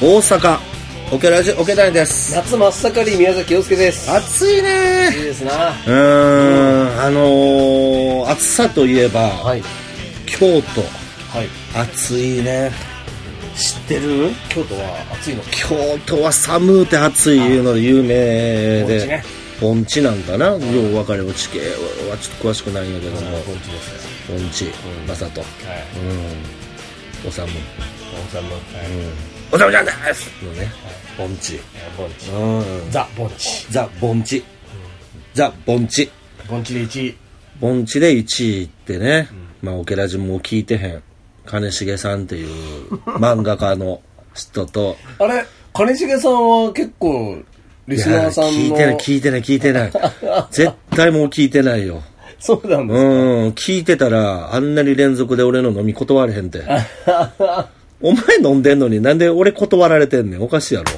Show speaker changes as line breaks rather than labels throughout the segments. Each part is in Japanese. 大阪オケラジオケダニです
夏真っ盛り宮崎洋介です
暑い
いい
ね
ですな
うーんあのー、暑さといえば、
はい
京都
はい
暑いね知ってる
京都は暑いの
京都は寒うて暑いいうので有名
盆
で
地ね
盆地なんかなよう分かるよ地形はちょっと詳しくないんやけども
盆地です
盆地まさと
はい
うんおさむ
盆地の
おさむちゃんですのね盆地
盆地
うん
ザ盆地
ザ盆地ザ盆地
盆地で1位
盆地で1位ってね、まあ、オケラジも聞いてへん金重さんって いう漫画家の人と
あれ金重さんは結構リスナーさんの
いや聞いてない聞いてない聞いて ない絶対もう聞いてないよ
そうなん
う
です
ん聞いてたらあんなに連続で俺の飲み断れへんてお前飲んでんのになんで俺断られてんねんおかしいやろ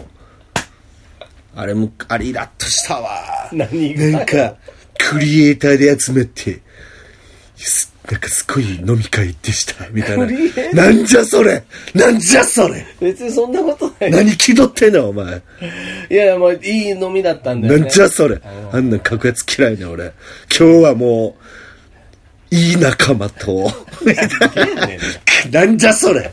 あれもあれイラッとしたわ
何が
なんか、クリエイターで集めて、すなんかすごい飲み会でした、みたいな
クリエイタ。ー
なんじゃそれなんじゃそ れ
別にそんなことない
何気取ってんのお前。
いやいやまあいい飲みだったんだ
な
よね
んじゃそ れあんなん書くやつ嫌いね、俺。今日はもう、いい仲間 と、なんじゃそれ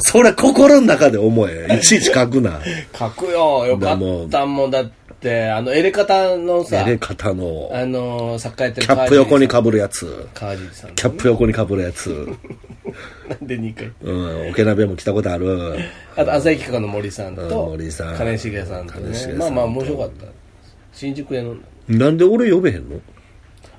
それ心の中で思え。いちいち書くな。
書くよよかったもんだってあのエレカタのさ
やれ方の、
あの作家やってる
キャップ横にか
川尻さん
ぶるやつ。
川尻さん
キャップ横にかぶるやつ。
なんで2回
うん、オケ鍋も来たことある。
あと朝日企画の森さん
うん
と
森さん
金重さんと
金重さん
ね
と
まあまあ面白かった新宿で飲んだ
なんで俺呼べへんの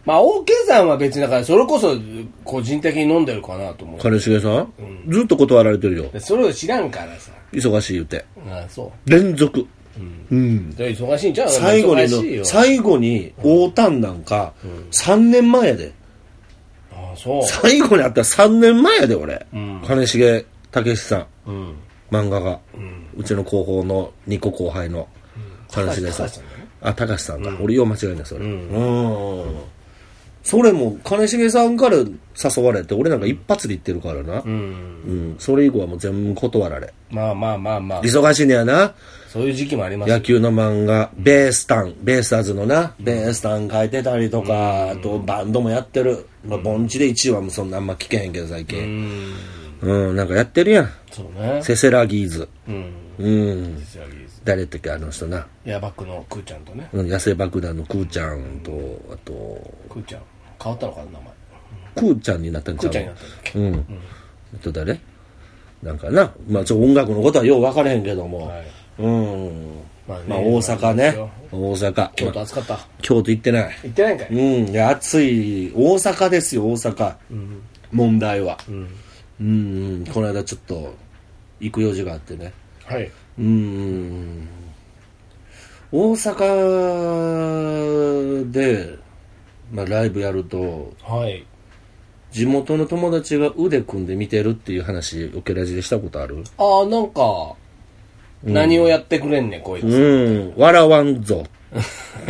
まあ大家さんは別にだからそれこそ個人的に飲んでるかなと思う
金重さん、ずっと断られてるよ
でそれを知らんからさ
忙しい言うて
ああそ
連続、うん
うで忙しいんちゃう
最後
忙しい
に
よ
の最後に大丹なんか3年前やで、
ああそう
最後に会ったら3年前やで俺、
うん
金重武さん
うん
漫画家、うちの高校の2個後輩の金重さん、
高橋さんだね
あ高橋さんだ、俺よう間違えないそれ
うん
うんそれも金重さんから誘われて俺なんか一発で行ってるからな、
うん
うん、それ以降はもう全部断られ。
まあまあまあまあ
忙しいねやな。
そういう時期もありますよ
野球の漫画、ベースタン、ベースターズのな、ベースタン書いてたりとか、あとバンドもやってる。まあ、盆地で1位はもうそんなあんま聞けへんけど最
う
近。
ん
うん、なんかやってるやん。
そうね
セセラギーズ。
うん
うん。
実は技術
誰やったっけ、あの人な。
ヤバックのくーちゃんとね
うん、野生爆弾のクーちゃんと、あと、
くーちゃん変わったのかな名前
クーちゃんになったん
く
ち
ーちゃんに
ゃ
なったんだ
う
っ
うん。あと誰なんかな。まあ、ちょ、音楽のことはよう分からへんけども。
けはい
うん。
まあね
まあ、大阪
まあ
ね。大阪。
京都暑かった
京都行ってない。
行ってないんか
うん
い、
いや暑い。大阪ですよ、大阪。問題は。
うん
うん、この間ちょっと、行く用事があってね。
はい
うん。大阪で、まあ、ライブやると、
はい
地元の友達が腕組んで見てるっていう話、オケラジでしたことある
ああなんか、何をやってくれんねんこいつ、
うん、笑わんぞ。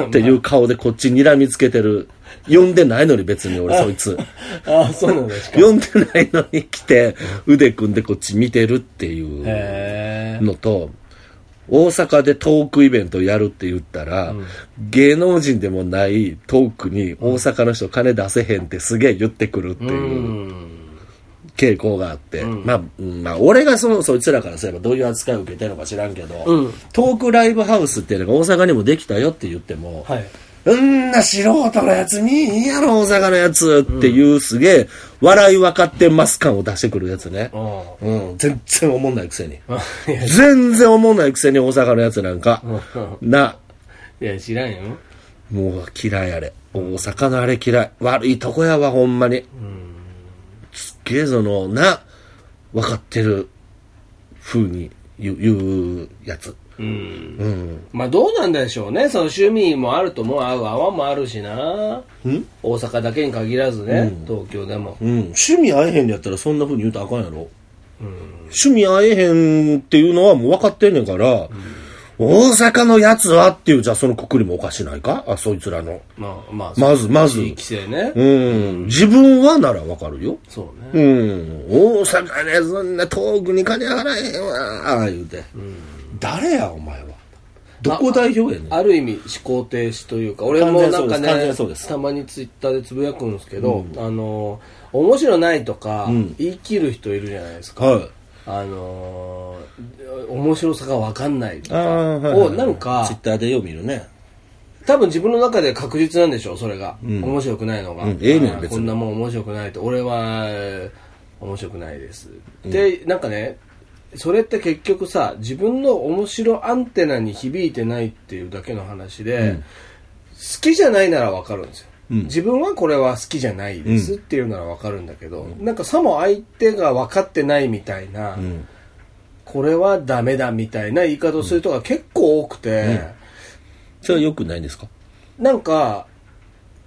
っていう顔でこっち睨みつけてる。呼んでないのに別に俺そいつ。
ああそうなんだしかも
読んでないのに来て、腕組んでこっち見てるっていう
へえ
のと、大阪でトークイベントやるって言ったら、芸能人でもないトークに大阪の人金出せへんってすげえ言ってくるって
う
いうん傾向があって、まあ、うんまあ、俺がその、そいつらからすればどういう扱いを受けてるのか知らんけど、
うん
トークライブハウスっていうのが大阪にもできたよって言っても、
はい
うんな素人のやつにいいやろ、大阪のやつっていうすげえ、笑い分かってます感を出してくるやつね
う。ん
うん、全然思んないくせに。
あいや
全然思んないくせに大阪のやつなんか。な、
いや知らんよ
もう嫌いあれ。大阪のあれ嫌い。悪いとこやわ、ほんまに。すっげえその、な、分かってる風に言う言うやつ。
うん
うん。
まあどうなんでしょうねその趣味もあると思う合う合わんもあるしな大阪だけに限らずね、東京でも
うん、趣味合えへんのやったらそんな風に言うとあかんやろ。趣味合えへんっていうのはもう分かってんねんから、大阪のやつはっていう、じゃあそのくくりもおかしないかあ、そいつらの。
まあまあ
まずまず
地域性ね、
うん。自分はなら分かるよ。
そうね、
うん。大阪でそんな遠くに金払えへんわ、言うて。うん。誰やお前はどこ代表やねん
ある意味思考停止というか俺もなんか
完全そうです完全
ね
そうです
たまにツイッターでつぶやくんですけど、あの面白ないとか
ん
言い切る人いるじゃないですか、
は
あのー面白さが分かんないと
いああ
か
はい
をなんか
ツイッターでよう見るね
多分自分の中で確実なんでしょうそれが、
ん
面白くないのが、
うんええねん
あー
別に
こんなもん面白くないと俺はえー面白くないです、でなんかねそれって結局さ自分の面白アンテナに響いてないっていうだけの話で、好きじゃないならわかるんですよ、
ん
自分はこれは好きじゃないですっていうならわかるんだけど、なんかさも相手が分かってないみたいな、
うん
これはダメだみたいな言い方をする人が結構多くて、
それはよくないんですか
なんか、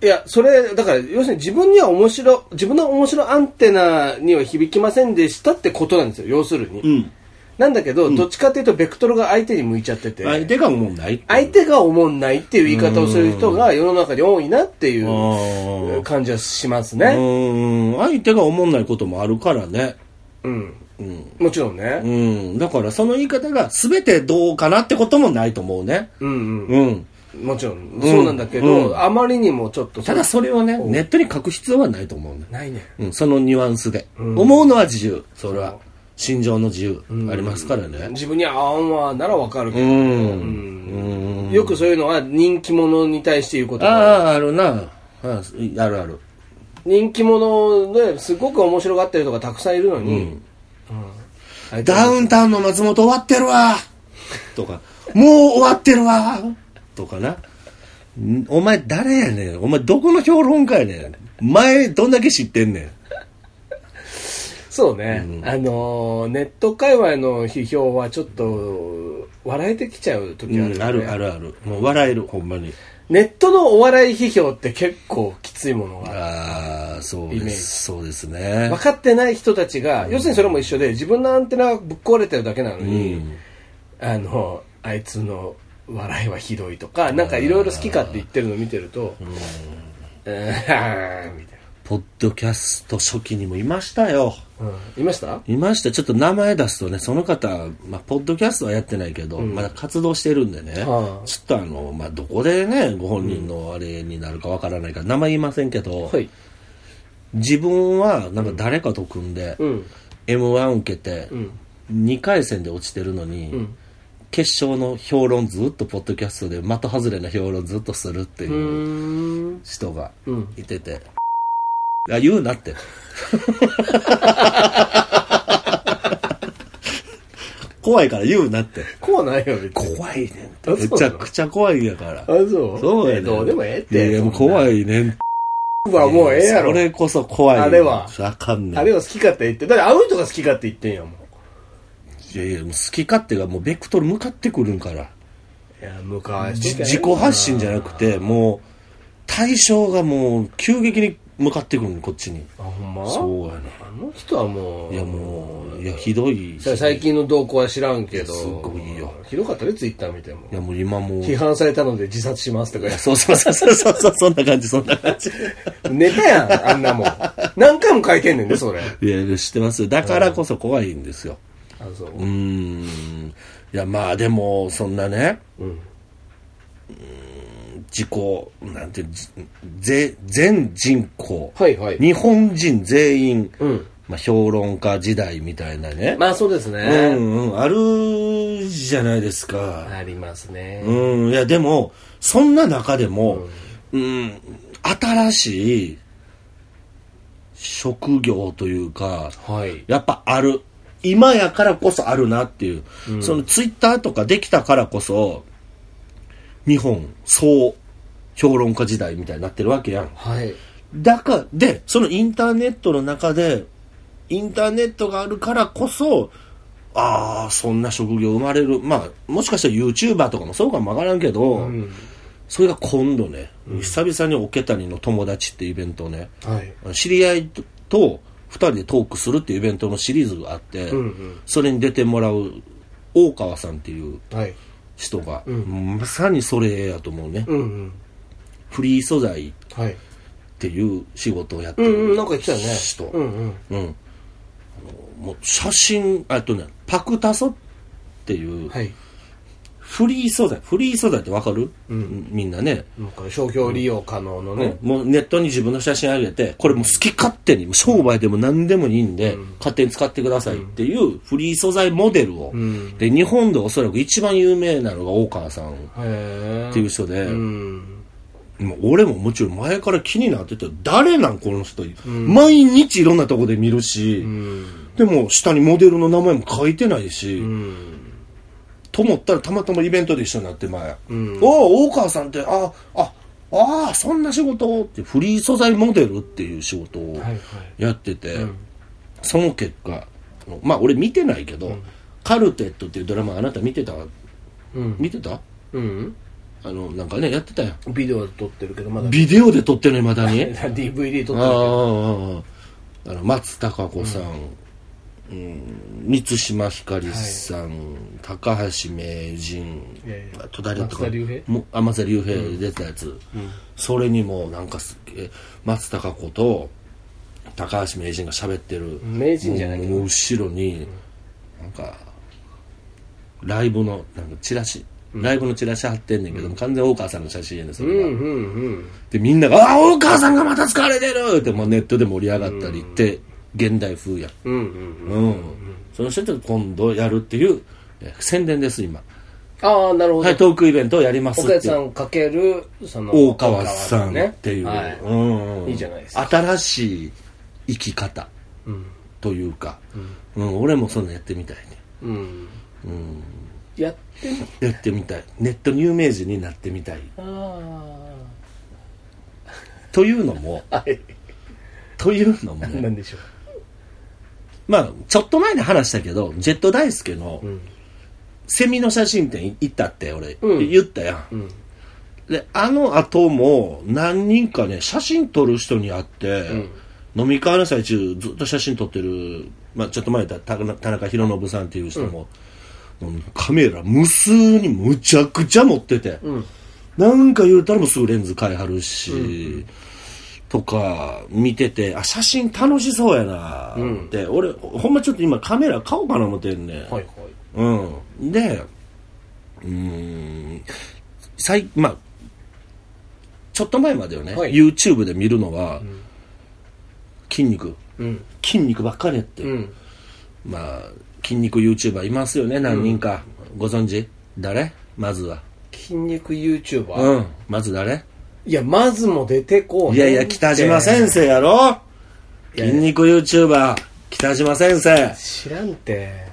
いや、それ、だから、要するに自分には面白、自分の面白アンテナには響きませんでしたってことなんですよ、要するに。
ん
なんだけど、どっちかっていうと、ベクトルが相手に向いちゃってて、
相手がもうない
相手が思んないっていう言い方をする人が世の中に多いなってい
あ
う
ー
感じはします
う
ね。
ーん相手が思んないこともあるからね
うん。
うん
もちろんね。
うんだからその言い方が全てどうかなってこともないと思うね
うんうん。
うん
もちろん、そうなんだけど、
うん
あまりにもちょっと、
ただそれをねネットに書く必要はないと思うね
ないね。
うん、そのニュアンスで、
うん
思うのは自由それ
そう
は心情の自由ありますからね
自分には合わんわならわかるけ
う
ど、
ん、うん
よくそういうのは人気者に対して言うこと
ああ
が
あるなあああるある
人気者ですごく面白がってる人がたくさんいるのに、うんあいつ
ダウンタウンの松本終わってるわとかもう終わってるわとかなんお前誰やねんお前どこの評論家やねん前どんだけ知ってんねん
そうね、あのーネット界隈の批評はちょっと笑えてきちゃう時あるよね、
うんあるあるあるもう笑えるほんまに
ネットのお笑い批評って結構きついものが
ああそう
イメー
で
ジ
すそうですね
分かってない人たちが、要するにそれも一緒で自分のアンテナがぶっ壊れてるだけなのに、あのあいつの笑いはひどいとかなんかいろいろ好き勝手言ってるの見てるとうー んみたい
ポッドキャスト初期にもいましたよ
な、うん、いました
いました。ちょっと名前出すとね、その方、まあ、ポッドキャストはやってないけど、まだ活動してるんでね、
はあ
ちょっとあの、まあ、どこでね、ご本人のあれになるかわからないから、名前言いませんけど、
はい
自分はなんか誰かと組んで、
うん
M1 受けて、
ん
2回戦で落ちてるのに、決勝の評論ずっとポッドキャストで的外れな評論ずっとするって
う
いう
ーん
人が
うん
いてて、あ、言うな って。怖いから言うなって。
怖ないよ別に
怖いねんって。
あそうな
め
の
ちゃくちゃ怖いやから
あ。そう
そうやね
え
ん。
どうでもええっ
い
て
や、もう
そんな
怖いねんって。
僕はもうええやろ
それこそ怖いねん。
あれは
あかんね
あ
ん。
れは好き勝手言ってだってあの人が好き勝手言ってんやもん
いやいや、もう好き勝手がもうベクトル向かってくるんから。
いや向かい
じ自己発信じゃなくて、もう、対象がもう急激に向かってくるの、こっちに。
あほんま
そうやね。
あの人はもうん
いや、もう、いや、ひどい。
それ最近の動向は知らんけど
すごいよ
ひどかったねツイッター見ても
いや、もう今もう。
批判されたので自殺しますとか
そうそうそうそうそうそう、そんな感じ、そんな感 じ。
ネタや んあんなもん何回も書いてんねんねそれ
いや、知ってますよ。だからこそ怖いんですよ。
あそう
うーん。いや、まあでも、そんなね、
うん
自己、なんていう、じぜ全人口、
はいはい
日本人全員、
うん
まあ、評論家時代みたいなね。
まあそうです
う
ね
んうん、あるじゃないですか。
ありますね
うん、いや、でも、そんな中でも、うん、新しい職業というか、
はい
やっぱある。今やからこそあるなっていう。そのツイッターとかできたからこそ、日本総評論家時代みたいになってるわけやん。
はい
だから、で、そのインターネットの中で、インターネットがあるからこそ、ああ、そんな職業生まれる。まあ、もしかしたら YouTuber とかもそうかもわからんけど、
うん
それが今度ね、久々にオケ谷の友達ってイベントをね、
はい
知り合いと2人でトークするっていうイベントのシリーズがあって、
うんうん
それに出てもらう大川さんっていう
はい
人が、まさにそれやと思うね、
うんうん
フリー素材っ
はい
ていう仕事をやって
うんうん
る
なんか言ってたよね
人、
うんうん
うんあのもう写真あとねパクタソっていう、
はい
フリー素材。フリー素材ってわかる、みんなね。
なんか商標利用可能のね、
もうネットに自分の写真上げて、これもう好き勝手に、商売でも何でもいいんで、勝手に使ってくださいっていうフリー素材モデルを。
ん
で、日本でおそらく一番有名なのが大川さんっ
へえ
ていう人で、
うん
もう俺ももちろん前から気になってて、誰なんこの人、毎日いろんなとこで見るし、
うん
でも下にモデルの名前も書いてないし、
うん
と思ったらたまたまイベントで一緒になって前、
うん
おお大川さんってああああそんな仕事ってフリー素材モデルっていう仕事を
はいはい
やってて、
ん
その結果まあ俺見てないけど、カルテットっていうドラマあなた見てた
うん
見てた
うん
あのなんかねやってたやん
ビデオ撮ってるけどまだ
ビデオで撮ってるのいまだ に
DVD 撮
あ
っ
あああ
てる
あの松たか子さん、うん満島ひかりさん、高橋名人
いやいや
戸田と
松
か
田龍平
もあ松田龍平出てたやつ、それにもなんかすっげえ松たか子と高橋名人が喋ってる
名人じゃないけど
もうもう後ろになんかライブのなんかチラシ、ライブのチラシ貼ってんねんけども、完全大川さんの写真やねんそれが、
うんうんうん
でみんなが「ああ大川さんがまた使われてる!」って、まあ、ネットで盛り上がったりって、現代風やん
うんうん
うん、その人と今度やるっていうえ宣伝です今
ああなるほど、
はいトークイベントをやりますっ
岡
て
谷さんかけるその
大川さんっていう、
ねはい
うんうん
いいじゃないですか
新しい生き方
うん
というか、うん俺もそんなやってみたいね
うんやってみ
やってみたいネット有名人になってみたい
ああ
というのも
はい
というのも、ね、
何でしょ
まあちょっと前に話したけどジェット大輔の
ん
セミの写真展行ったって俺、
うん
言ったやん、
ううん
であの後も何人かね写真撮る人に会って、飲み会の最中ずっと写真撮ってる、まあ、ちょっと前だった田田中宏信さんっていう人も、もうカメラ無数にむちゃくちゃ持ってて、
ん
なんか言うたらもうすぐレンズ買いはるし、とか見ててあ写真楽しそうやなって、俺ほんまちょっと今カメラ買おうかな思ってんねん、
はいはい
うん、でうーん最まあちょっと前までよね、
はい
YouTube で見るのは、筋肉
うん
筋肉ばっかりやって、
うん
まあ筋肉 YouTuber いますよね何人か、ご存知誰まずは
筋肉 YouTuber、
うんまず誰
いやまずも出てこう
い
い
やいや北島先生やろ
いやいや
筋肉 YouTuber 北島先生
知らんて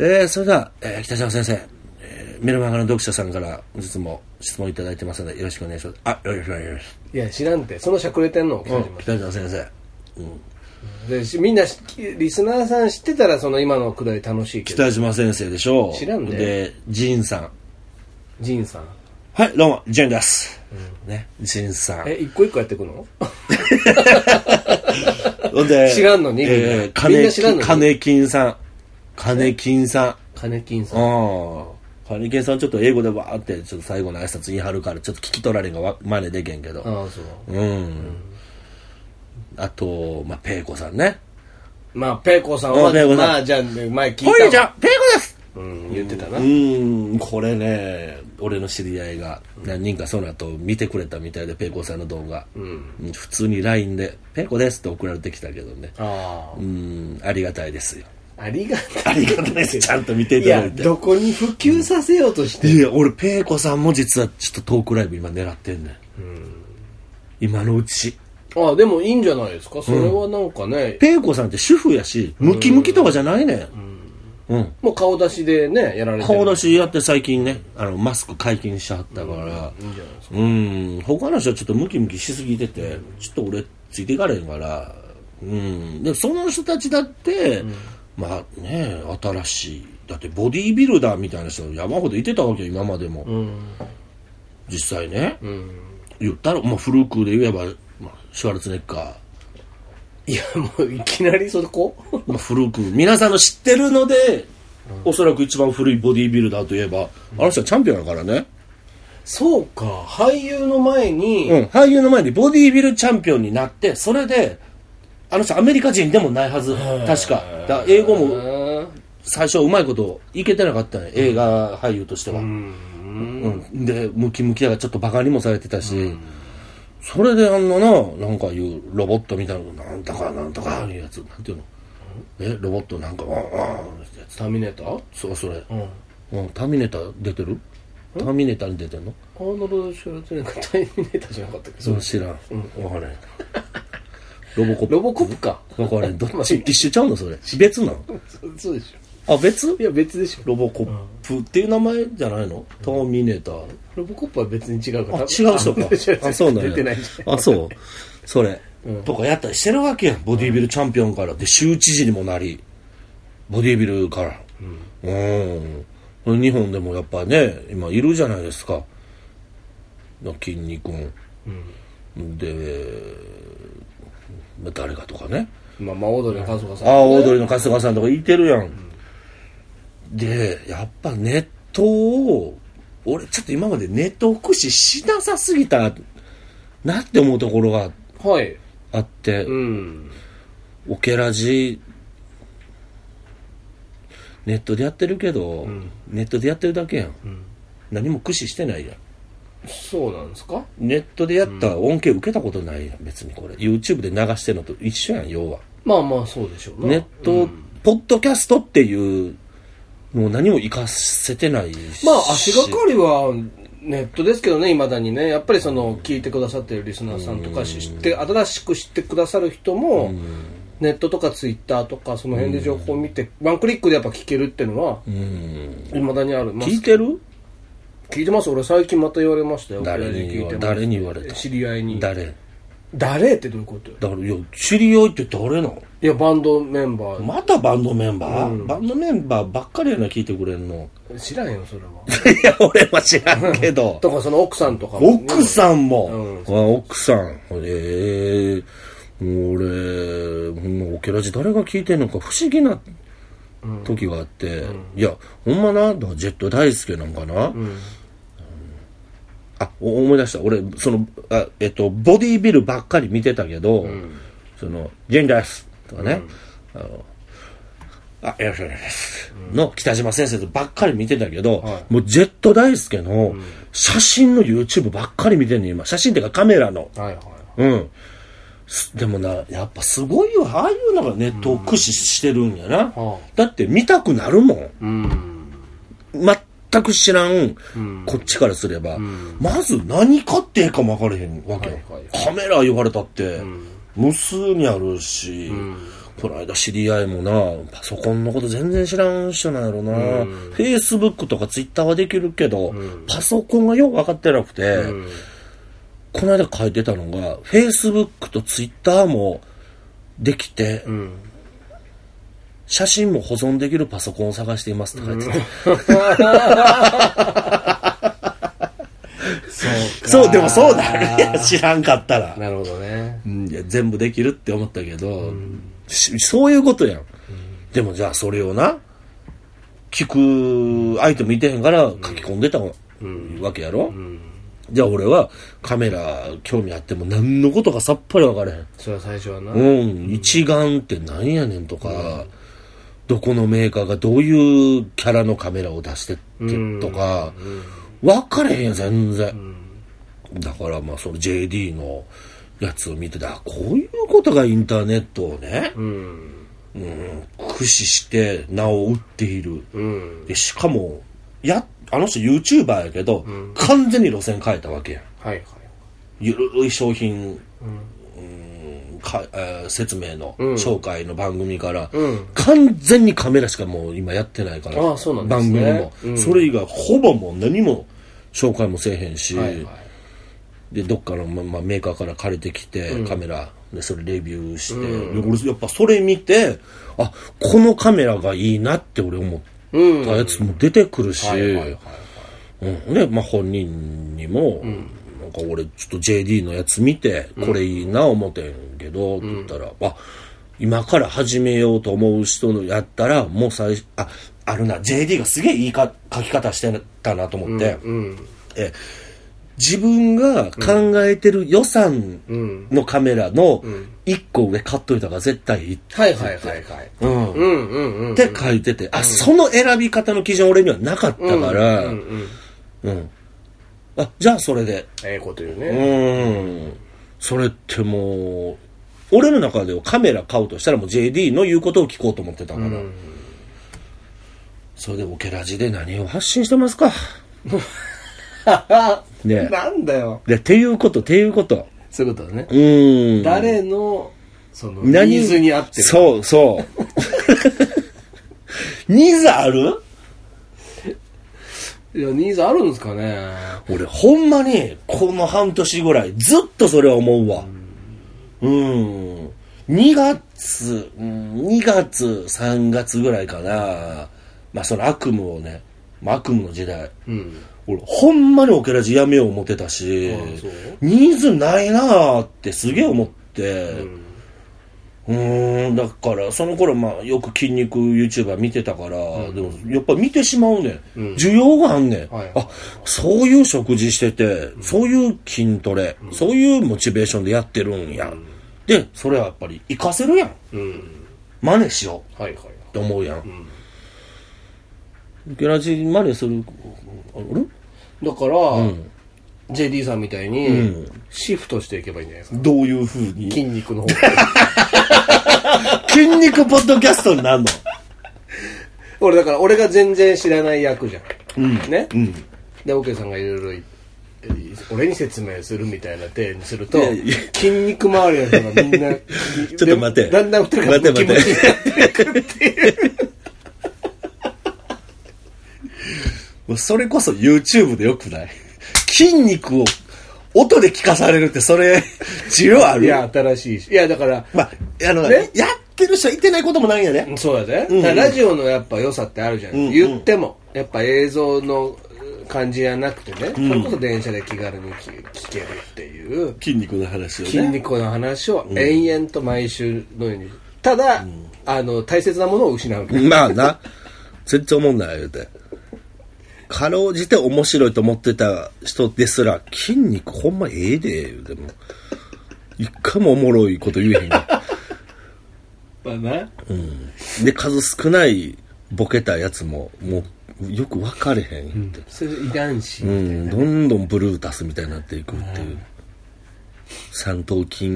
えー、それでは、えー北島先生、えーメルマガの読者さんからいつも質問いただいてますのでよろしくお願いします。あ、よろしくお願いします。
いや知らんてそのしゃくれてんの北島さん
北島先生。うん、
でしみんなしリスナーさん知ってたらその今のくだり楽しいけど
北島先生でしょう。
知らんで
で、ジンさん。
ジンさん
はい、どうも、ジンです。ね、ジンさん。
え一個一個やっていくの
ほんで
知らんのにみん
えー、
なみん
金
な知らんの
金
に
金金さん。金金さ
金金
ん。
さん
うん。金金さんちょっと英語でわーってちょっと最後の挨拶言い張るからちょっと聞き取られんがわ真似でけんけど。
ああそう
うん。あと、まあ、ペイコさんね。
まあペイコさ
あ
んは
ペイコさん
まあじゃあね前聞いた
ほ
わ
いじゃペイコです
うん言ってたな
うーん、これね、俺の知り合いが何人かその後見てくれたみたいで、ペイコさんの動画。うん普通に LINE で、ペイコですって送られてきたけどね。
あ
うーん、ありがたいですよ。
あありが
あ
たい
りがたいです。ちゃんと見てい
い
ただ
や
いて。
どこに普及させようとして
いや、俺、ペイコさんも実はちょっとトークライブ今狙ってんねん。今のうち。
ああでもいいんじゃないですかそれはなんかね
ペイコさんって主婦やし、ムキムキとかじゃないねん。うん。
もう顔出しでねやられてる
顔出しやって最近ねあのマスク解禁しちゃったから
いいんじゃないですか
うん他の人はちょっとムキムキしすぎてて、ちょっと俺ついていかれへんからうんでもその人たちだって、まあね新しいだってボディービルダーみたいな人山ほどいてたわけよ今までも、
うん
実際ね、
うん
言ったら、まあ、古くで言えば、まあ、シュワルツェネッカー
いやもういきなりそこ
まあ、古く皆さんの知ってるので、おそらく一番古いボディービルダーといえば、あの人はチャンピオンやからね、
そうか俳優の前に、
うん、俳優の前でボディービルチャンピオンになって、それで、あの人アメリカ人でもないはず、確か。だから英語も
うん
最初うまいこといけてなかったね映画俳優としては、
うん
うん、でムキムキだからちょっとバカにもされてたし、それであんなななんかいうロボットみたいななんだかなんとかいうやつなんていうのえロボットなんかワンワンってやつ
ターミネーター
そうそれ、
うん
うん、ターミネーター出てるターミネーターに出てんの
アーノルド・シュワルツェネッガーターミネーターじゃなかったっけ
それ知らん、分からへん ロボコップ
ロボコップか
分からへんどっち一緒ちゃうのそれ別なの
そそうでし
あ別
ょいや別でしょ
ロボコップっていう名前じゃないのターミネーター
ロボコップは別に違うから
あ、違う人
アーノルドシュワルツェ
か。あ、そうな
ネッガー
んや。
出てないんじゃない
あ、そう。それ、とかやったりしてるわけやん。ボディービルチャンピオンから。で、州知事にもなり、ボディービルから。うん。日本でもやっぱね、今いるじゃないですか。筋肉ん。で、誰かとかね。
まあまあオードリーの春日さん
ああ、オードリーの春日さんとかいてるやん。で、やっぱネットを、俺ちょっと今までネットを駆使しなさすぎたなって思うところが
はい
あって、
うん
オケラジ、ネットでやってるけど、ネットでやってるだけやん。何も駆使してないやん。
そうなんですか
ネットでやった恩恵受けたことないやん、別にこれ。YouTube で流してるのと一緒やん、要は。
まあまあそうでしょうな
ネット、ポッドキャストっていうのを何も活かせてないし
まあ足がかりはネットですけどねいまだにねやっぱりその聞いてくださってるリスナーさんとかし知って新しく知ってくださる人もネットとかツイッターとかその辺で情報を見てワンクリックでやっぱ聞けるっていうのは
うん
いまだにあるまあ
聞いてる
聞いてます俺最近また言われましたよ
誰に言わ
聞いてます
誰に言われた
知り合いに
誰
誰ってどういうことよ
だからいや知り合いって誰なの
いやバンドメンバー
またバンドメンバー、バンドメンバーばっかりやな聞いてくれんの
知らんよそ れはい
や俺は知らんけ ど
とかその奥さんとかもね
奥さんも、
うん
あ奥さんええ俺もうオケラジ誰が聞いてんのか不思議な時があって、いやほんまなだからジェット大輔なんかな、あお思い出した俺そのあ、えっと、ボディービルばっかり見てたけど、そのジェンダースとかね、あのあ、よろしくお願いします。の北島先生とばっかり見てたけど、
はい
もうジェット大輔の写真の YouTube ばっかり見てんねん今。写真っていうかカメラの。
はいはい
うん。すでもな、やっぱすごいよ。ああいうのがネットを駆使してるんやな。
は
だって見たくなるもん。
うん
全く知らん、こっちからすれば、まず何買ってええかも分からへんわけよ、
はいはい
カメラ言われたって、無数にあるし、この間知り合いもなパソコンのこと全然知らん人なんやろな、フェイスブックとかツイッターはできるけど、パソコンがよく分かってなくて、この間書いてたのがフェイスブックとツイッターもできて、
うん
写真も保存できるパソコンを探していますって書いてた、
そうか
そう、でもそうだ。いや、知らんかったら。
なるほどね
うんいや、全部できるって思ったけど、しそういうことやん。でもじゃあそれをな、聞く相手もいてへんから書き込んでたわけやろ、じゃあ俺はカメラ興味あっても何のことかさっぱり分からへん。
それは最初はな
うん、一眼ってなんやねんとか、どこのメーカーがどういうキャラのカメラを出してってとか、分かれへんやん全然、だからまあその JD のやつを見ててあこういうことがインターネットをね、
うん
駆使して名を売っている、
うん
でしかもやあの人 YouTuber やけど、完全に路線変えたわけやん
はいはい
ゆるい商品、うんかえー説明の、紹介の番組から、完全にカメラしかもう今やってないから
ああそうなんですね
番組も、それ以外ほぼもう何も紹介もせえへんし、
はいはい
でどっかの、ままあ、メーカーから借りてきて、カメラでそれレビューして、で俺やっぱそれ見てあこのカメラがいいなって俺思ったやつも出てくるし、
はいはいはい
うん、で、まあ、本人にも、なんか俺ちょっと JD のやつ見てこれいいな思てんけど、って言ったら「あ今から始めようと思う人のやったらもう最初ああるな JD がすげえいいか書き方してたなと思って、
うん
え自分が考えてる予算
うん。
のカメラの
うん
一個上買っといたから絶対いい。
はいはいはいはい。
うん。
う
っ
んうんうん。
て書いてて、あ、その選び方の基準俺にはなかった
うん
から、
うんうん
うん。あ、じゃあそれで。
ええこと言う
う
ね。
ん。それってもう、俺の中ではカメラ買うとしたらもう JD の言うことを聞こうと思ってたから。それでオケラジで何を発信してますか ね
なんだよ。
で、ていうこと、ていうこと。
そういうことだね
う。ーん。
誰の、その、ニ
何
ーズに合ってる。う。
そう、 そう。ニーズある
いや、ニーズあるんですかね。
俺、ほんまに、この半年ぐらい、ずっとそれは思うわ。うん。2月、うん2月、3月ぐらいかな。まあ、その悪夢をね、まあ、悪夢の時代。
うん。
俺、ほんまにオケラジやめよう思ってたし
ああそう、
ニーズないなーってすげえ思って、
うん
うーん、だから、その頃、まあ、よく筋肉 YouTuber 見てたから、でも、やっぱ見てしまうねん。
うん
需要があんねん、
はい
あ、そういう食事してて、そういう筋トレ、そういうモチベーションでやってるんや。で、それはやっぱり、活かせるやん。
うん。
真似しよう。
はいはい。
って思うやん。
ん
ゲラジ真似する、あれ
だから、JD さんみたいに、シフトしていけばいいんじゃないですか。
どういう風に
筋肉の方
筋肉ポッドキャストになるの
俺、だから、俺が全然知らない役じゃん。ね。で、オケさんがいろいろい俺に説明するみたいな体にすると
いやいや、
筋肉周りの人が みんな、
ちょっと待て
だんだん太くなって
待て待て
ムキムキになって
もうそれこそ YouTube でよくない筋肉を音で聞かされるってそれ、需要ある
いや、新しいし。いや、だから、
まあ、あの、
ね
やってる人いてないこともないんやね。
そうだね。
んうん
だからラジオのやっぱ良さってあるじゃない、
んうん
言っても、やっぱ映像の感じじゃなくてね、それこそ電車で気軽に聞聞けるっていう、
筋肉の話をね。
筋肉の話を延々と毎週のように。ただ、あの、大切なものを失う。
まあな、全然思んない言うて。かろうじて面白いと思ってた人ですら、筋肉ほんまええで、言うても。一回もおもろいこと言えへんが。
まあな。
で、数少ないボケたやつも、もう、よく分かれへん言うて。
それいらんし。
うん、どんどんブルータスみたいになっていくっていう。三頭筋っ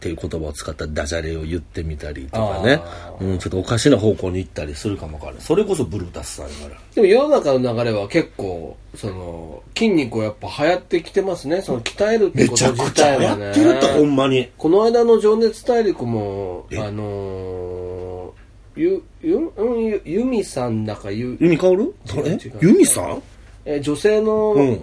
ていう言葉を使ったダジャレを言ってみたりとかね
あ。
うん、ちょっとおかしな方向に行ったりするかもわからない。それこそブルータスさんやから。
でも世の中の流れは結構、その、筋肉をやっぱ流行ってきてますね。その鍛えるって
め
こ
ちゃ
と
く
自
ちゃ
体
や
はね。
ってるとほんまに。
この間の「情熱大陸も」
え
あのー、ゆゆうんゆゆみさんだかゆ、
ユミカオル
う
え
違う
ユミさん
えー女性の、
うん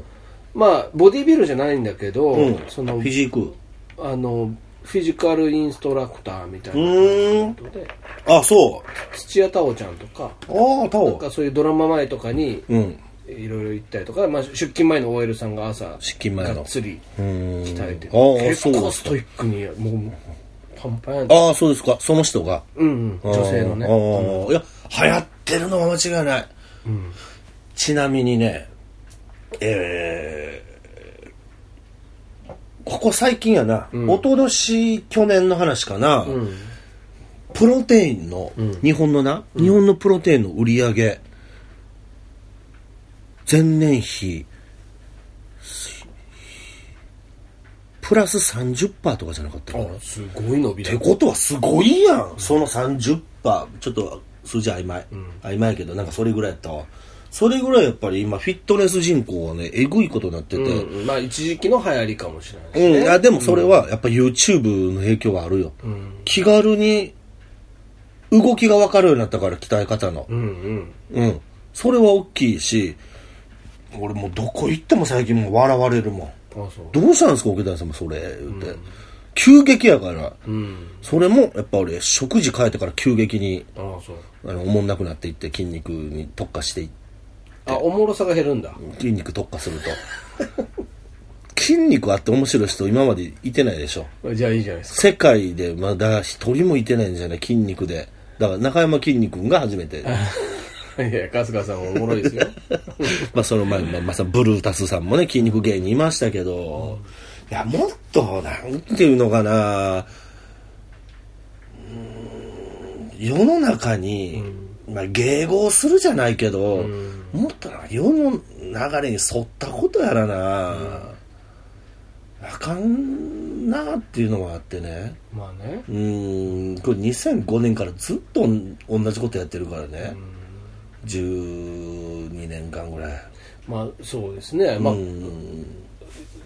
まあボディビルじゃないんだけど、
うん。
その
フィジーク。
あのフィジカルインストラクターみたいうな
ーん。
ことで
あ、そ
土屋太鳳ちゃんとか
う。ああ、タ
なん
オ
か。そういうドラマ前とかに
うん。
いろいろ行ったりとか、まあ、出勤前の OL さんが朝
出勤前の
がっつり
うーん
鍛えて
ああ、そ
結
う
構
で
ス
す
トイックにもうパンパンやん
か。ああ、そうですか。その人が。
うん、うん、女性のね
あーいや、流行ってるのは間違いない。ちなみにね、えー、ここ最近やな、おととし去年の話かな、
ん
プロテインの、日本のな、日本のプロテインの売り上げ、前年比、プラス30%とかじゃなかったかな
あすごい伸び
っ
だ
てことはすごいやんその30%ちょっと数字曖昧、曖昧やけどなんかそれぐらいやったわそれぐらいやっぱり今フィットネス人口はねえぐいことになってて、うん
うん、まあ一時期の流行りかもしれない
いやでもそれはやっぱ YouTube の影響はあるよ、
ん
気軽に動きが分かるようになったから鍛え方の
うんうん
うん、それは大きいし俺もうどこ行っても最近もう笑われるもん
あそう
どうしたんですか桶谷さんもそれ言って、急激やから、
うん
それもやっぱ俺食事変えてから急激に
ああそう
あのおもんなくなっていって筋肉に特化してい
あおもろさが減るんだ
筋肉特化すると 筋肉あって面白い人今までいてないでしょ
じゃあいいじゃないですか
世界でまだ一人もいてないんじゃない筋肉でだから中山筋肉が初めて
いやいや春日さんもおもろいで すよ
まあその前に、まあ、まさにブルータスさんもね、筋肉芸人いましたけど、いや、もっと、なんていうのかな、うーん世の中に、まあ迎合するじゃないけど、もっとなんか世の流れに沿ったことやらな、あかんなっていうのがあってね。
まあね
うーんこれ2005年からずっと同じことやってるからね、12年間ぐらい、
まあそうですね、まあ
う、ん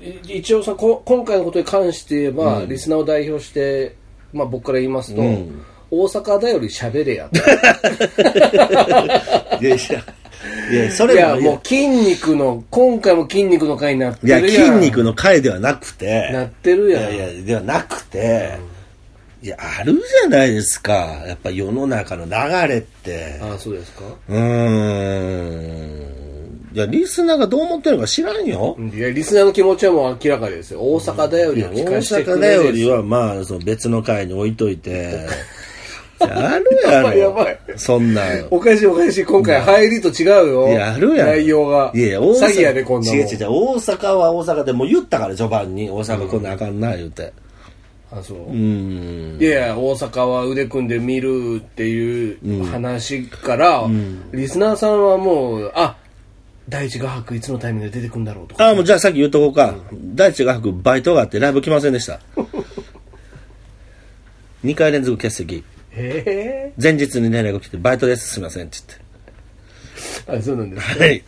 い一応さこ今回のことに関して言えば、リスナーを代表して、まあ、僕から言いますと、
うん
大阪だより喋れやと
いやいやいやそ
い
れ
や
は
もう筋肉の今回も筋肉の回になって
い
るや
や
ん
筋肉の回ではなくて
なってる
い
やん
やいやではなくて、いやあるじゃないですかやっぱ世の中の流れって
ああそうですか
うーんいやリスナーがどう思ってるのか知らんよ、
いやリスナーの気持ちはもう明らかですよ大阪だよ
い
り
や
は
大
聞かせてく
阪だ
れです
よりはまあその別の回に置いといてい やあるやろ
やばいやば
そんなん
おかしいおかしい今回入りと違うよ
やるやん
内容が
いやいや
詐欺やでこんなもん
違う違う違う大阪は大阪でもう言ったから序盤に大阪こんなあかんな言うて
あそう、
うーん
いやいや大阪は腕組んで見るっていう話から、リスナーさんはもうあ第一画伯いつのタイミングで出てくんだろうとか
ああもうじゃあさっき言っとこうか第一学部バイトがあってライブ来ませんでした 2回連続欠席
へ
前日に連絡来てバイトですすいませんって
えあそうなんです
言ってはい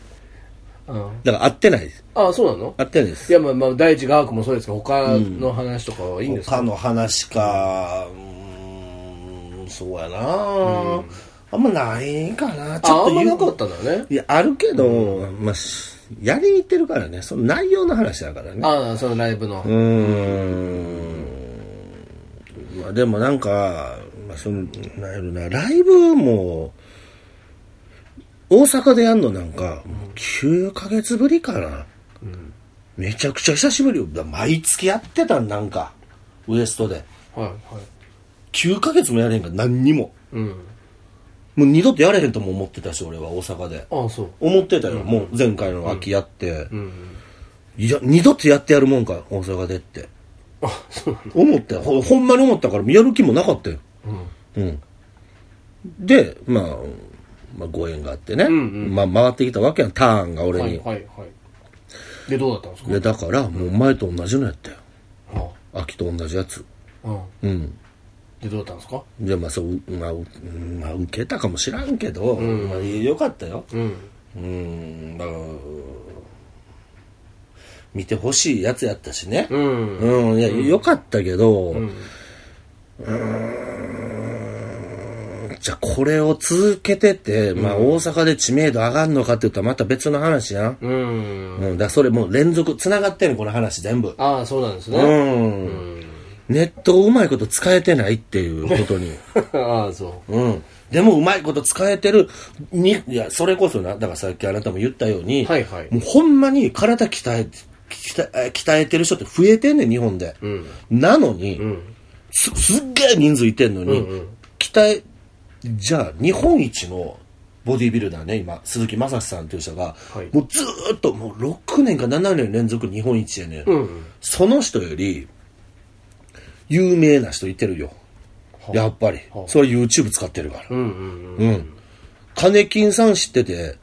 うん
だから会ってないです
あそうなの
会ってないです
いやまあまあ第一画伯もそうですけど他の話とかはいいんですか、
他の話か、うーん、そうやな、あんまないかな。
ああん
言
ま
う
なかったんだね
いや、あるけど、まあ、しやりに行ってるからね、その内容の話だからね。
ああそのライブの、
うーん。まあ、でもなんか、まあ、その、なんやろな、ライブも、大阪でやんのなんか、もう9ヶ月ぶりかな。めちゃくちゃ久しぶりよ。だ毎月やってたん、なんか。ウエストで。
はいはい
9ヶ月もやれへんから何にも
うん
もう二度とやれへんとも思ってたし俺は大阪で
ああそう
思ってたよ、もう前回の秋やって、
うん
いや二度とやってやるもんか大阪でって
あそうなの
思ってほほんまに思ったからやる気もなかったよ
うん
うんで、まあ、まあご縁があってね、
ん
まあ回ってきたわけやんターンが俺
は
に、
いはいはいでどうだったんですか
でだからもう前と同じのやったよ
あ
秋と同じやつ
あうん
うん
でどうだったんですか
じゃあまあそう、まあ、うまあ受けたかもしらんけど、まあよかったよ、
うん
うーん、だから、見てほしいやつやったしね。
うん
うん、いや、よかったけど、うーんじゃあこれを続けてて、まあ大阪で知名度上がんのかって言ったらまた別の話やん。
うん。
うん、だからそれもう連続、繋がってんの、この話全部。
ああ、そうなんです
う
ね。
ん。ネットをうまいこと使えてないっていうことに。
ああ、そ
うん。でもうまいこと使えてるに、いや、それこそな、だからさっきあなたも言ったように、
う。はいはい。
もうほんまに体鍛えて、鍛え鍛えてる人って増えてんねん、日本で。
うん。
なのに、
うん。
す、すっげえ人数いてんのに、鍛え、じゃあ、日本一のボディビルダーね、今、鈴木正史さんっていう人が、
はい
もうずーっと、もう6年か7年連続日本一やねん。
うん。
その人より、有名な人いてるよ。やっぱり。
はあ
それ YouTube 使ってるから。
うんうん
うん。金金さん知ってて、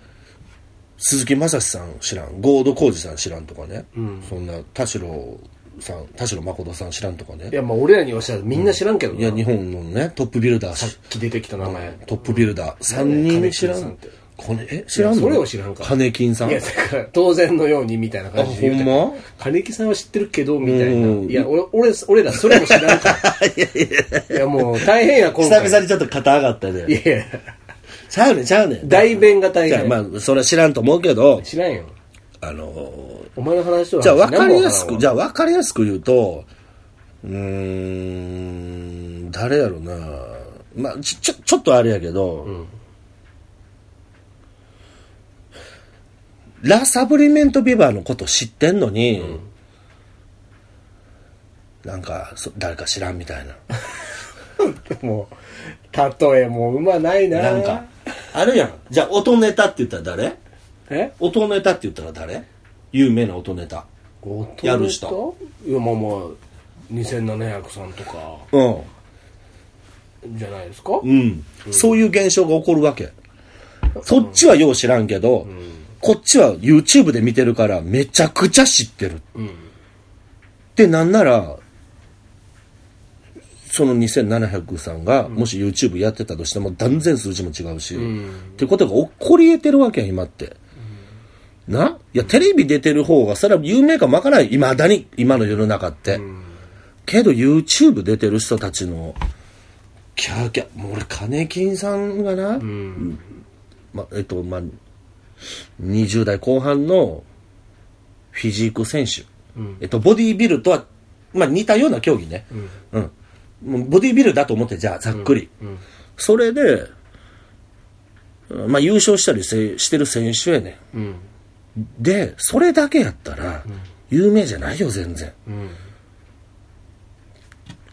鈴木正史さん知らん、合同浩二さん知らんとかね、そんな田代さん、田代誠さん知らんとかね
い、や、まあ、俺らにはしたらみんな知らんけど
いや、
な。
日本のね、トップビルダーし、
出てきた名前。
トップビルダー、3人知ら
金金さんっ
ん
て、
金え、知らんの
いやそれを知らんから
金金さん
い。や、だから、当然のようにみたいな感じで言うて
あほんま
金木さんは知ってるけど、みたい
うん
な。いや、俺、俺、俺らそれも知らん から。いや、もう、大変や、今
久
回。
々にちょっと肩上がったで。
いやいや、
ちゃうねん、ちゃうねん。
代弁が大
じゃあ
変。
まあ、それは知らんと思うけど、
知らんよ。
あのー
お前の話とは。
じゃあ分かりやすく、じ
ゃ
ゃあ分かりやすく言うと、うーん、誰やろな。まあ、ちょ、ちょ、ちょっとあれやけど、ラ・サブリメント・ビバーのこと知ってんのに、なんか、そ誰か知らんみたいな。
もう、例えもう、うまないな。
なんか、あるやん。じゃあ、音ネタって言ったら誰
え
音ネタって言ったら誰有名な音ネタ。やる人
いやまあまあ2700さんとか
うん。
じゃないですか、
うん。そういう現象が起こるわけ。そっちはよう知らんけど、こっちは YouTube で見てるからめちゃくちゃ知ってる。で、なんなら、その2700さんが、もし YouTube やってたとしても断然数字も違うし、ってことが起こり得てるわけやん、今って。ないや、テレビ出てる方が、それは有名かもわからない。未だに、今の世の中って。けど、YouTube 出てる人たちの、キャーキャー、もう俺、金金さんがな、ま、えっと、ま、20代後半のフィジーク選手。えっと、ボディービルとは、まあ、似たような競技ね。うん。もうボディービルだと思って、じゃあ、ざっくり。それで、まあ、優勝したりせしてる選手やね
うん
で、それだけやったら、有名じゃないよ、全然。
うん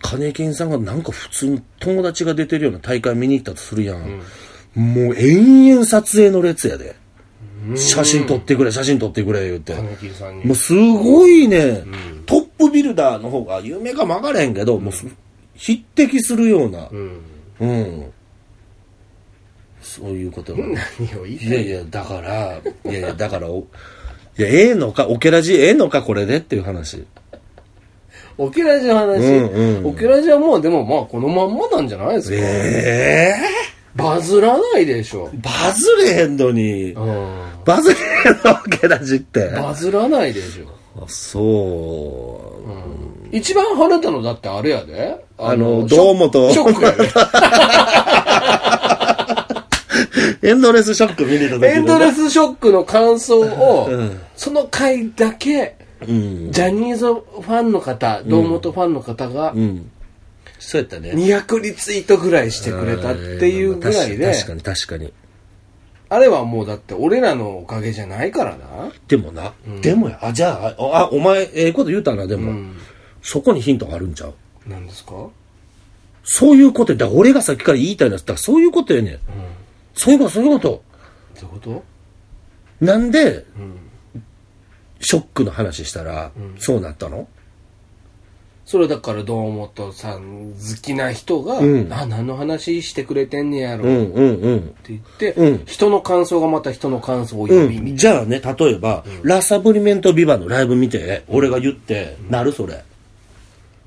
金金さんがなんか普通に友達が出てるような大会見に行ったとするやん。もう延々撮影の列やで。写真撮ってくれ、写真撮ってくれ、言うて。
金木さんに
もうすごいね、トップビルダーの方が有名かもわからへんけど、もうす匹敵するような、
うん
うん。そういうことが。
何を言い
い
た
や
い
いや、だから、いやいや、だから、おいや、ええのか、オケラジええのか、これでっていう話。
オケラジの話、
うんうん
オケラジはもうでもまあこのまんまなんじゃないですか、
ええ
バズらないでしょ、
バズれへんのに
う、ん、
バズれへんの、オケラジって。あ
バズらないでしょ、
そう
う。ん、一番跳ねたのだってあれやで
あの、
ショ
堂本、
ショックやで
エンドレスショック見に行 った時の
エンドレスショックの感想を、
うん
その回だけ、
うん。
ジャニーズファンの方、堂本ファンの方が
う、ん。そうやったね。
200リツイートぐらいしてくれたっていうぐらいで、
確かに確かに。
あれはもうだって俺らのおかげじゃないからな。
でもな、でもや、あ、じゃあ、あ、あお前、ええこと言うたな、でも、
うん
そこにヒントがあるんちゃう
なんですか
そういうことやだから俺がさっきから言いたいのは、だからそういうことやねん。そういうこと、そういうこと。
ってこと
なんで、
ん
ショックの話したら、そうなったの
それだから堂本さん好きな人が、
うん
あ、何の話してくれてんねやろ
う
って
んうんうん。
言って、
うん
人の感想がまた人の感想を呼び、
うん、じゃあね、例えば、ラサブリメントビバのライブ見て、俺が言って、なるそれ。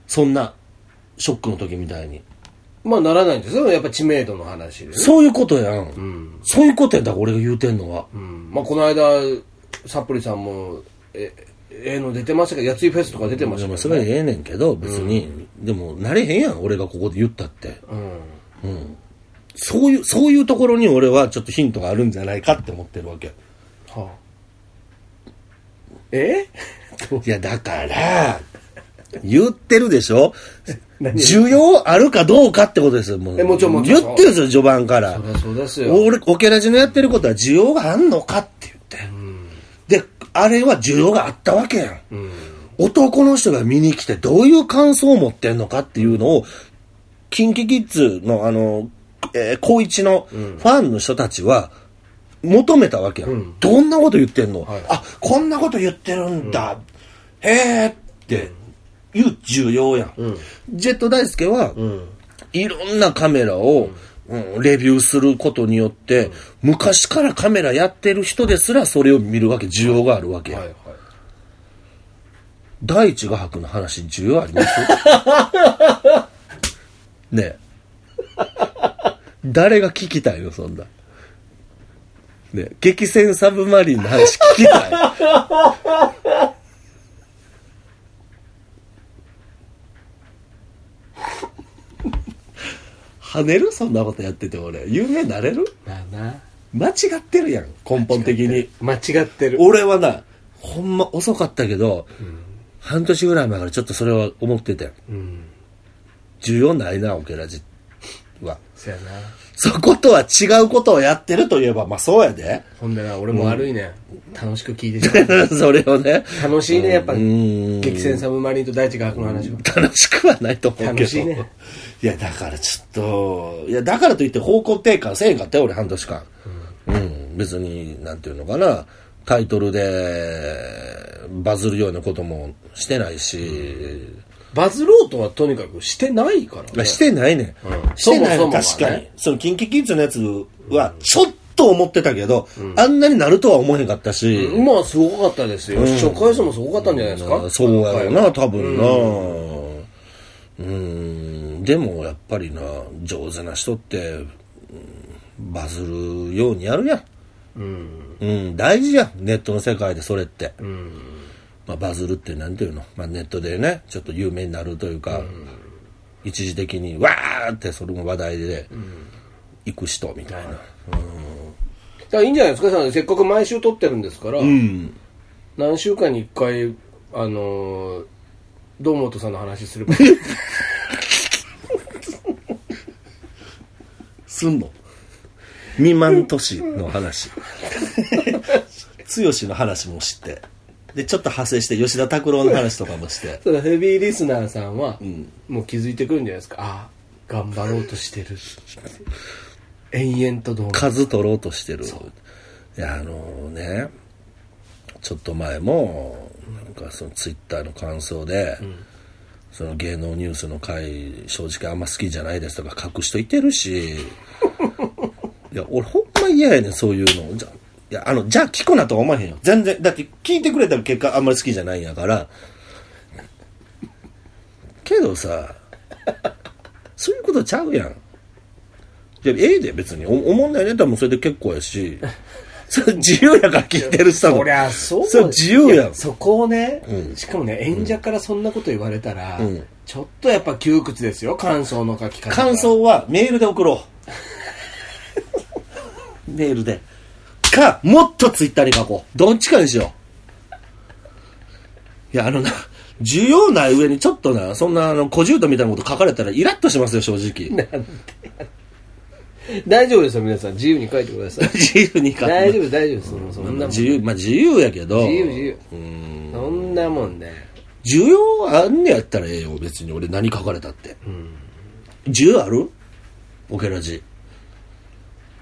そんな、ショックの時みたいに。
まあならないんですよ。やっぱ知名度の話でね。
そういうことやん。
ん
そういうことやんだから俺が言うてんのは。
うんまあ、この間、サプリさんも、え、ええの出てましたけど、やついフェスとか出てま
でも
し
そ
た
れ
け
は
ど、ね。
ええねんけど、別に、でも、なれへんやん、俺がここで言ったって。
うん。
そういう、そういうところに俺はちょっとヒントがあるんじゃないかって思ってるわけ。い
はあ、 え
や、だから、言ってるでしょ
何
需要あるかどうかってことですよ、もう。
えもちろんもちろん
言ってるんですよ、序盤から
そ。りゃそうですよ。
俺、オケラジのやってることは需要があんのかって言って。で、あれは需要があったわけやん。男の人が見に来てどういう感想を持ってんのかっていうのを、キンキキッズのあの、えー高一のファンの人たちは、求めたわけやん,、どんなこと言ってんの、
い
あ、こんなこと言ってるんだ。へーっていう需要やん。ジェット大輔は、いろんなカメラを、うんレビューすることによって、昔からカメラやってる人ですらそれを見るわけ、需要があるわけやん。
はいはい。
第一画伯の話需要あります ねえ。誰が聞きたいの、そんな。ねえ、激戦サブマリンの話聞きたい。 跳ねるそんなことやってて俺。有名になれる
まあな。
間違ってるやん、根本的に。
間違ってる。
俺はな、ほんま遅かったけど、半年ぐらい前からちょっとそれは思ってて、
うん。
需要ないな、オケラジは。
そやな。
そことは違うことをやってるといえば、まあそうやで。
ほんでな、俺も悪いね。楽しく聞いてしまう
それをね、
楽しいね、やっぱ。
ん
激戦サブマリンと大地画伯の話は。
楽しくはないと思うけど。
楽しいね
や、だからちょっと、いや、だからといって方向転換せえへんかったよ、俺半年間。
うん。
別に、なんていうのかな、タイトルでバズるようなこともしてないし、
バズろうとはとにかくしてないからね。
してないね、
うん
ん。してない
そ
の
もそもはね
確かに。その、キンキキッズのやつは、ちょっと思ってたけど、あんなになるとは思えへんかったし、
まあすごかったですよ、視聴回数もすごかったんじゃないですか、
そうやろ
今回は
な、多分な。うん、でもやっぱりな、上手な人って、うんバズるようにやるやん。
うん
うん、大事やん、ネットの世界でそれって。
うん
まあ、バズるってなんていうの、まあ、ネットでねちょっと有名になるというか、一時的にわーってそれも話題で行く人みたいな、
だからいいんじゃないですかせっかく毎週撮ってるんですから、何週間に1回あのー堂本さんの話すれ ば
すんの未満都市の話剛の話も知ってでちょっと派生して吉田拓郎の話とかもして
ただヘビーリスナーさんは、もう気づいてくるんじゃないですかああ頑張ろうとして る延々と堂本
数取ろうとしてるいやあのねちょっと前もなんかそのツイッターの感想で、その芸能ニュースの回正直あんま好きじゃないですとか書く人いてるし いや俺ほんま嫌やねんそういうのじゃいやあのじゃあ聞くなとは思わへんよ全然だって聞いてくれたら結果あんまり好きじゃないんやからけどさそういうことちゃうやんいや、ええで別に。お、おもんないネタもそれで結構やし。それ自由やから聞いてるさ。
そりゃそう
それ自由やん
い。そこをね、しかもね演者からそんなこと言われたら、ちょっとやっぱ窮屈ですよ感想の書き方が
感想はメールで送ろう。 メールで。か、もっとツイッターに書こう。どっちかにしよう。いや、あのな、需要ない上にちょっとな、そんなあの、小獣みたいなこと書かれたらイラッとしますよ、正 直。
大丈夫ですよ皆さん自由に書いてください
自由に書
大丈夫大丈夫ですそんなもん
自由、まあ自由やけど。
自由自由そんなもんね
需要あんねやったらええよ別に俺何書かれたって、需要あるオケラジ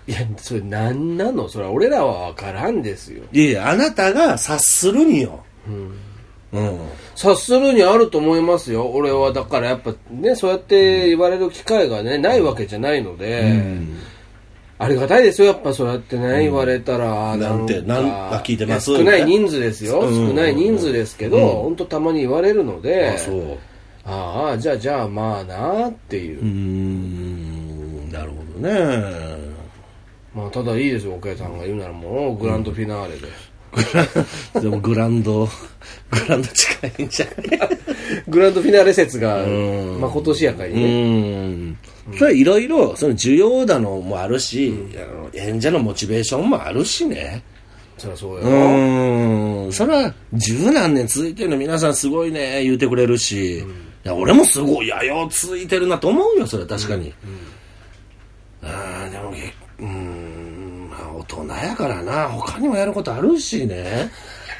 いやそれ何なのそれは俺らは分からんですよ
いやいやあなたが察するにようん、
察するにあると思いますよ俺はだからやっぱねそうやって言われる機会がねないわけじゃないので、ありがたいですよやっぱそうやってね、言われたら
なんて
か
なんあ聞いてます
や少ない人数ですよ、
うん
少ない人数ですけど、ほん、本当たまに言われるので
あそう
ああじゃあじゃあまあなっていう、
うーんなるほどね
まあただいいですよ岡井さんが言うならもうグランドフィナーレで、
でもグランドグランド近いんじゃ ない
グランドフィナーレ説が、まあ今年やかいうね、
んそれいろいろその需要だのもあるし、あの演者のモチベーションもあるしね
そりゃそうよ、
うーんそれは十何年続いてるの皆さんすごいね言うてくれるし、いや俺もすごいいやよう続いてるなと思うよそれは確かに、ああでもけうーんまあ大人やからな他にもやることあるしね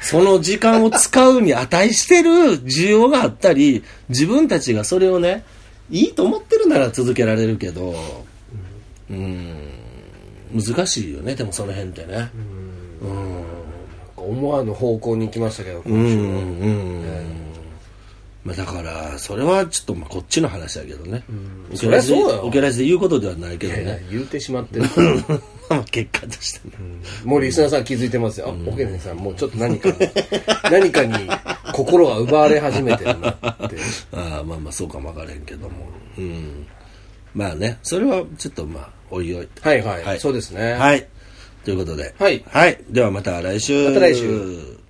その時間を使うに値してる 需要があったり自分たちがそれをねいいと思ってるなら続けられるけどうーん難しいよねでもその辺ってね、
思わぬ方向に行きましたけど、
うんうんまあ、だからそれはちょっとまあこっちの話だけどね、オケラジ
そりゃそうよ
オケラジで言うことではないけど
いや
ね
言うてしまってる
まあ結果としてね、
もうリスナーさん気づいてますよ、あオケネさんもうちょっと何か何かに心が奪われ始めてるなって
ああまあまあそうかも分からへんけども、うん、まあねそれはちょっとまあおいおい
はいはい、
はい
そうですね、
はいということで
は
はいではまた来週
また来週